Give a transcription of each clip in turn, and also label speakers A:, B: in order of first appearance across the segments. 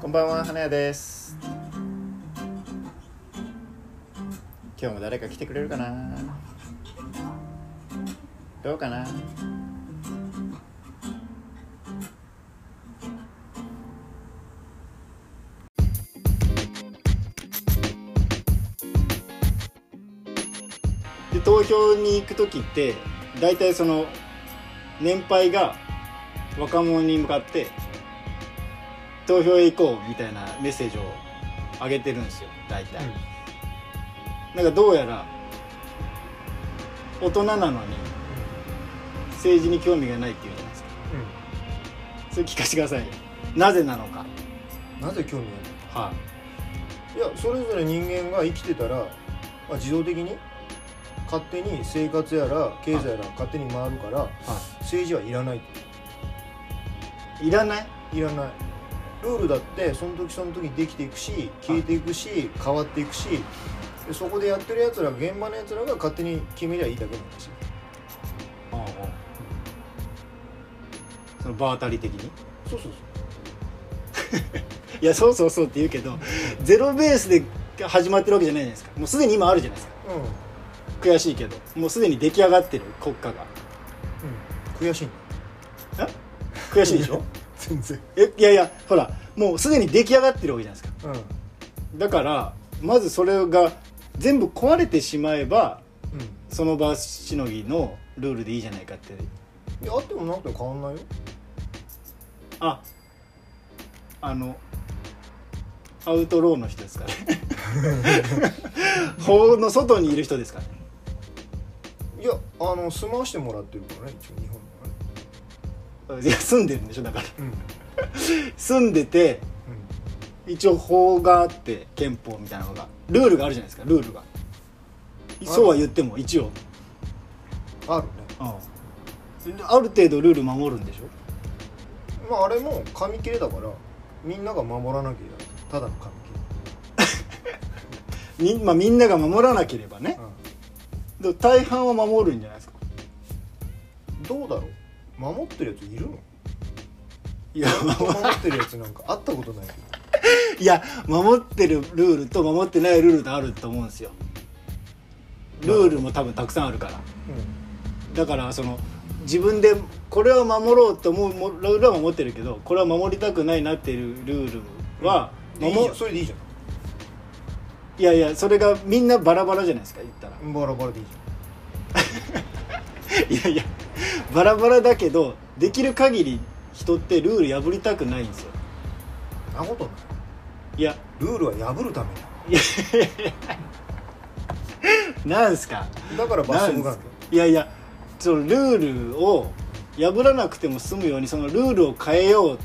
A: こんばんは、花屋です。今日も誰か来てくれるかな。どうかな。で、投票に行く時って、大体その年配が若者に向かって。投票へ行こうみたいなメッセージを上げてるんですよ大体、なんかどうやら大人なのに政治に興味がないっていうじゃないですかそれ聞かせてくださいよなぜなのか
B: なぜ興味がない
A: はい
B: やそれぞれ人間が生きてたら、まあ、自動的に勝手に生活やら経済やら勝手に回るから、政治はいらない
A: い、いらない
B: いらないルールだってその時その時できていくし消えていくし、変わっていくしでそこでやってるやつら現場のやつらが勝手に決めりゃいいだけなんですよ
A: その場当たり的に
B: そうそう
A: いやそうそうそうって言うけどゼロベースで始まってるわけじゃないじゃないですかもうすでに今あるじゃないですか
B: そううん、
A: 悔しいけどもうすでに出来上がってる国家が
B: 悔しいんだ
A: 悔しいで しょ
B: 全然
A: えいやいやほらもうすでに出来上がってるわけじゃないですか
B: うんうん
A: だからまずそれが全部壊れてしまえばその場しのぎのルールでいいじゃないかって
B: いやあってもなくても変わんないよ
A: ああのアウトローの人ですかね法の外にいる人ですかね
B: いやあの住まわしてもらってるからね一応日本はい
A: や住んでるんでしょだから
B: うんうん
A: 住んでて一応法があって憲法みたいなのがルールがあるじゃないですかルールがそうは言っても一応、
B: あるね
A: うんある程度ルール守るんでしょ
B: まああれも紙切れだからみんなが守らなきゃいけないただの紙
A: み,、まあ、みんなが守らなければね
B: 切れ、
A: でも大半は守るんじゃないですか
B: うん、どうだろう守ってるやついるの
A: いや
B: 守ってるやつなんか会ったことないけど
A: いや守ってるルールと守ってないルールとあると思うんですよルールも多分たくさんあるからだからその自分でこれは守ろうと思うもルールは守ってるけどこれは守りたくないなっていうルールは
B: うんでいい
A: 守
B: じゃんそれでいいじ
A: いやいやそれがみんなバラバラじゃないですか言ったら
B: ゃんバラバラでいい
A: い
B: じ
A: やいやバラバラだけどできる限り人ってルール破りたくないんですよ
B: ゃんなことない
A: いや
B: ルールは破るため
A: なんすか
B: だだから罰則がある
A: いやいやそのルールを破らなくても済むようにそのルールを変えようっ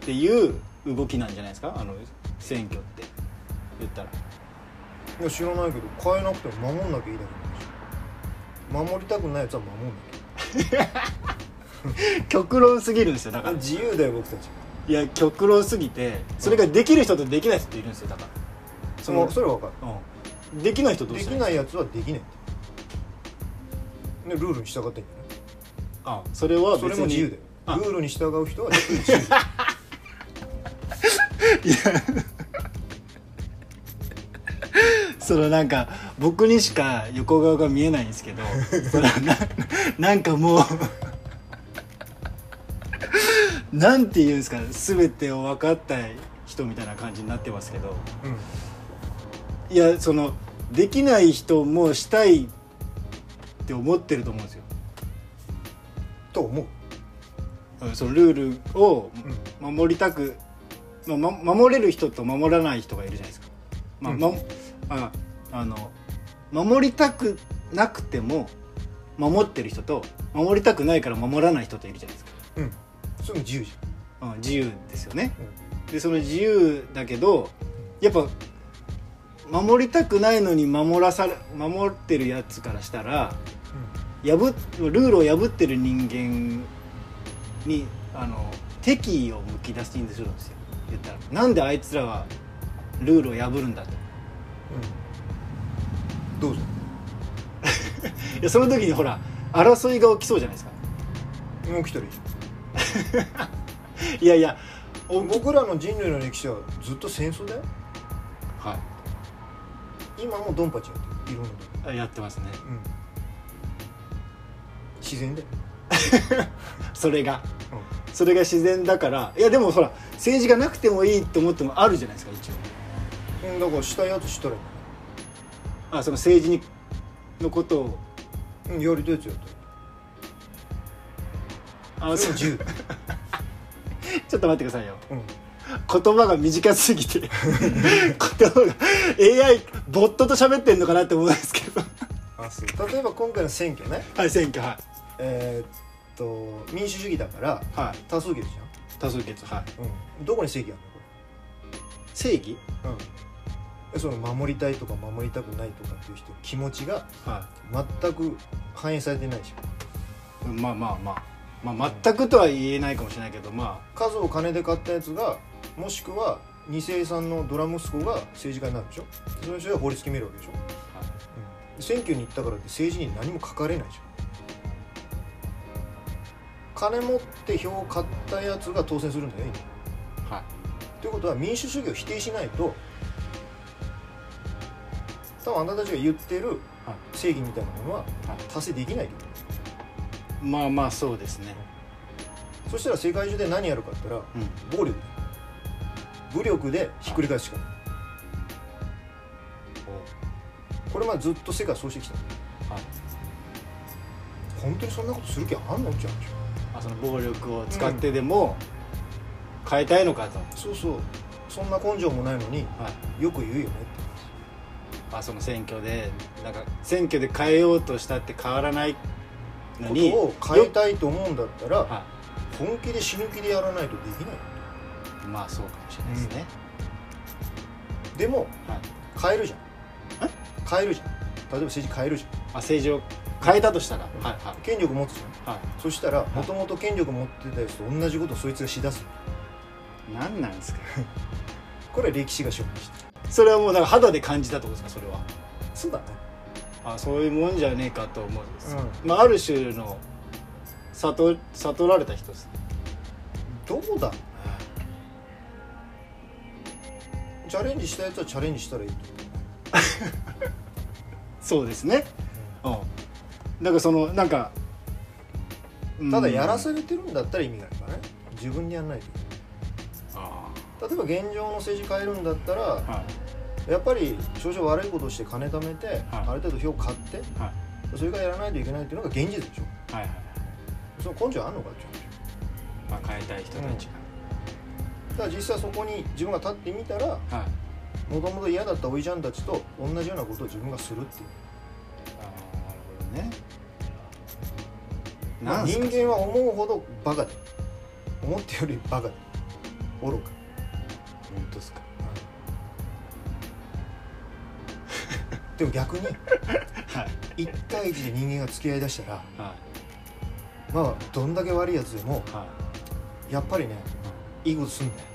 A: ていう動きなんじゃないですかあの選挙って言ったら
B: いや知らないけど変えなくても守んなきゃいいだけなんですよ守りたくないやつは守んな
A: 極論すぎるんですよだ
B: き
A: か
B: ゃ
A: ら
B: 自由だよ僕たち
A: いや極論すぎてそれができる人とできない人っているんですよだから
B: そのそれは分かる
A: うん、できない人どう
B: ですき
A: る
B: ないやつはできないねルールに従ってんじゃな
A: あ
B: い
A: それは別
B: そ
A: に
B: れも自由だ
A: あ
B: よルールに従う人は自由だよ
A: そのなんか僕にしか横顔が見えないんですけどそのななんかもうなんて言うんですか全てを分かった人みたいな感じになってますけどいやそのできない人もしたいって思ってると思うんですよ
B: と思う
A: うんそのルールを守りたく、まあま守れる人と守らない人がいるじゃないですか、まあ
B: うん
A: まああの守りたくなくても守ってる人と守りたくないから守らない人といるじゃないですか、
B: うんそれも自由じ
A: うん、自由ですよねでその自由だけどやっぱ守りたくないのに守らされ守ってるやつからしたら
B: ゃん、
A: 破っルールを破ってる人間にあの敵意をむき出しにするんですよ言ったらなんであいつらはルールを破るんだと
B: うんどうぞ
A: いやその時にほら争いが起きそうじゃないですか
B: もう来たらいいじ
A: いやいやおはい
B: 僕らの人類の歴史はずっと戦争だよ今もドンパチやってるいろんなとこ
A: あやってますね
B: うん自然だよ、
A: それが
B: うん
A: それが自然だからいやでもほら政治がなくてもいいと思ってもあるじゃないですか一応
B: うんだからしたいやつしたらいい
A: あその政治にのことを
B: うんやりたいやつやった
A: あ
B: らそ
A: そ
B: れ
A: う
B: も
A: ち
B: 自由、
A: ょっと待ってくださいよ
B: うん、
A: 言葉が短すぎて言葉が AI ボットと喋ってんのかなって思うんですけど
B: あそう例えば今回の選挙ね
A: はい選挙はい
B: えーっと民主主義だから
A: はい
B: 多数決じ
A: 多数決はい
B: ゃん、うん、どこに正義あるのこれ
A: 正義
B: うん、えその守りたいとか守りたくないとかっていう人気持ちが
A: は
B: 全く反映されてないでしょ
A: いまあまあまあ、まあ、全くとは言えないかもしれないけどま
B: 数を金で買ったやつがもしくは二世さんのドラ息子が政治家になるでしょその人が法律決めるわけでしょ、
A: はい
B: うん、選挙に行ったからって政治に何も書かれないでしょ金持って票を買ったやつが当選するんだよ今
A: あはい
B: ということは民主主義を否定しないと多分あなたたちが言ってる
A: はい
B: 正義みたいなものは
A: はい
B: 達成できないと
A: まあまあそうですね
B: そしたら世界中で何やるかって言っ
A: うん
B: たら暴力だよ武力でひっくり返すしかないこれまでずっと世界はそうしてきた
A: はい
B: 本当にそんなことする気あんのって話
A: あその暴力を使ってでも変えたいのかと、
B: そうそうそんな根性もないのに
A: はい
B: よく言うよねって
A: あその選挙でなんか選挙で変えようとしたって変わらないの
B: こ
A: に
B: とを変え
A: よ
B: たいと思うんだったら
A: は
B: 本気で死ぬ気でやらないとできない
A: いまあそうかもしれないですね、
B: でも
A: はい、
B: 変えるじゃん変えるじゃん例えば政治変えるじゃ
A: あ政治を変えたとしたら、はいは
B: ん権力持つじゃん
A: いは
B: そしたらもともと権力持ってたやつと同じことをそいつがしだす
A: い何なんですか
B: これは歴史が証明した
A: それはもうだから肌で感じたってことですかそれは
B: そうだね
A: あそういうもんじゃねえかと思うんです、
B: う
A: まあ、ある種の悟悟られた人ですね
B: どうだチャレンジしたやつはチャレンジしたらいいと
A: そうですねうんなんかそのなんかうん
B: ただやらされてるんだったら意味がないからね自分でやんないといけ
A: あ
B: ない例えば現状の政治変えるんだったら
A: あは
B: やっぱり少々悪いことをして金貯めて、ある程度票買って
A: いは
B: それからやらないといけないっていうのが現実でしょ
A: いはいはい、
B: その根性あんのかっていう話
A: まあ、変えたい人たち
B: ただ実際そこに自分が立ってみたら
A: が、はい
B: もともと嫌だったおいちゃんたちと同じようなことを自分がするっていう
A: あーなるほどね
B: ま
A: な
B: あ
A: んす
B: 人
A: か
B: 間は思うほどバカだよ思ったよりバカだよ愚か
A: 本当ですか
B: でも逆に
A: はい
B: 1対1で人間が付き合いだしたら
A: は
B: まあどんだけ悪いやつでも
A: いは
B: やっぱりねいいことすんだよ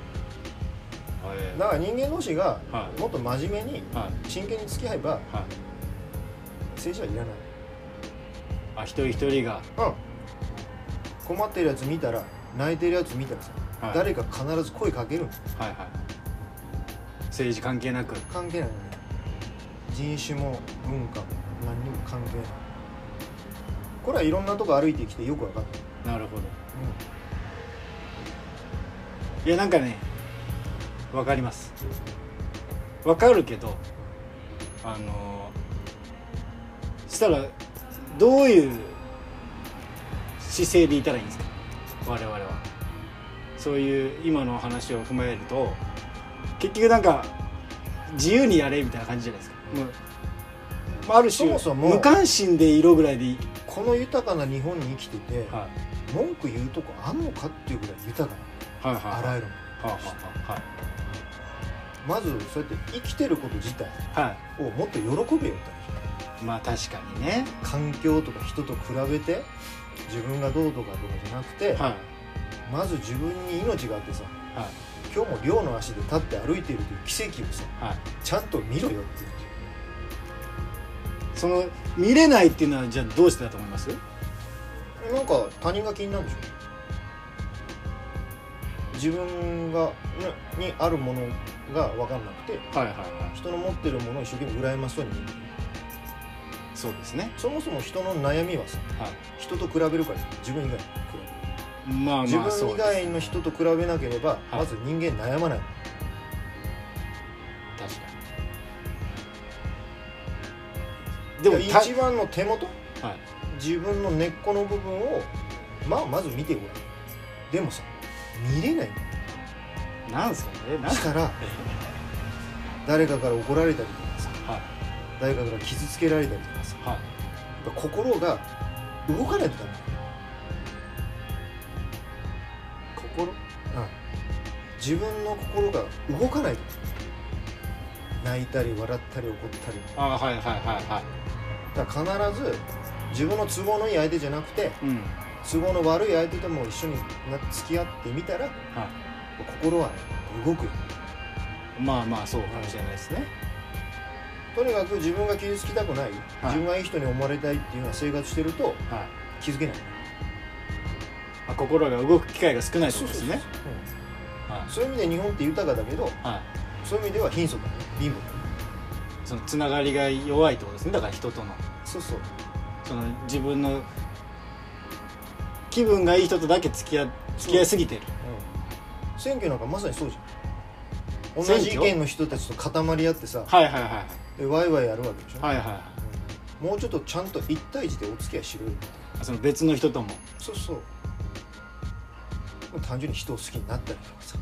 A: いはい
B: だから人間同士が
A: はい
B: もっと真面目に
A: はい
B: 真剣に付き合えば
A: はい
B: 政治はいらない
A: あ一人一人が、
B: うん困ってるやつ見たら泣いてるやつ見たらさ、
A: はい、
B: 誰か必ず声かけるんだよ
A: はいはい政治関係なく
B: 関係ないよね人種も文化も何にも関係ないこれはいろんなとこ歩いてきてよく分かった、
A: なるほどいやなんかねわかりますわかるけどあのしたらどういう姿勢でいたらいいんですか我々はそういう今の話を踏まえると結局なんか自由にやれみたいな感じじゃないですかもうまあある種
B: そもそも
A: 無関心で色ぐらいでいい、
B: この豊かな日本に生きてて、
A: は
B: 文句言うとこあんのかっていうぐらい豊か
A: い、はいはい
B: なあ
A: は
B: ら
A: い
B: ゆる
A: は
B: も
A: いはい
B: のまずそうやって生きてること自体
A: は
B: をもっと喜べよって話
A: いまあ確かにね
B: 環境とか人と比べて自分がどうとかとかじゃなくて、
A: はい
B: まず自分に命があってさ
A: はい
B: 今日も両の足で立って歩いているという奇跡をさ
A: はい
B: ちゃんと見ろよっていう
A: その見れないっていうのはじゃあどうしてだと思います
B: なんか他人が気になるんでしょ自分がににあるものが分かんなくて
A: はいはいはい
B: 人の持ってるものを一生懸命羨ましそうに見る
A: そうですね
B: そもそも人の悩みはさ
A: はい
B: 人と比べるから自分以外に比べる
A: まあ
B: 自
A: まあそ
B: 分以
A: うです
B: 外の人と比べなければ
A: はい
B: まず人間悩まない
A: 確かにでもた
B: 一番の手元
A: はい
B: 自分の根っこの部分をまあまず見てごらんでもさ見れないんだよ
A: なんですかねなん
B: だ
A: か
B: から誰かから怒られたりとかさ
A: はい
B: 誰かから傷つけられたりとかさ
A: はい
B: やっぱ心が動かないとダメ
A: 心
B: だよ、自分の心が動かないと泣いたり笑ったり怒ったり
A: ああはいはいはいはい
B: だから必ず自分の都合のいい相手じゃなくて
A: うん
B: 都合の悪い相手とも一緒にな付き合ってみたら
A: は
B: 心はね動くよ
A: いまあまあそうかもしれないですね
B: とにかく自分が傷つきたくない、
A: はい
B: 自分がいい人に思われたいっていうような生活してると
A: はい
B: 気づけない
A: まあ心が動く機会が少ないってことですね
B: そうそうそう
A: は
B: うんそういう意味で日本って豊かだけど
A: いはい
B: そういう意味では貧相だね貧乏だね
A: そのつながりが弱いってことですねだから人との
B: そうそう
A: その自分の気分がいい人とだけ付き合付き合いすぎてる
B: うん選挙なんかまさにそうじゃん
A: 選
B: 同
A: 挙
B: じ意見の人たちと固まり合ってさ
A: はいはいは
B: でワイワイやるわけでしょ、
A: いはいはいはいは
B: うんもうちょっとちゃんと一対一でお付き合いしろよ
A: いその別の人とも
B: そうそう単純に人を好きになったりとかさ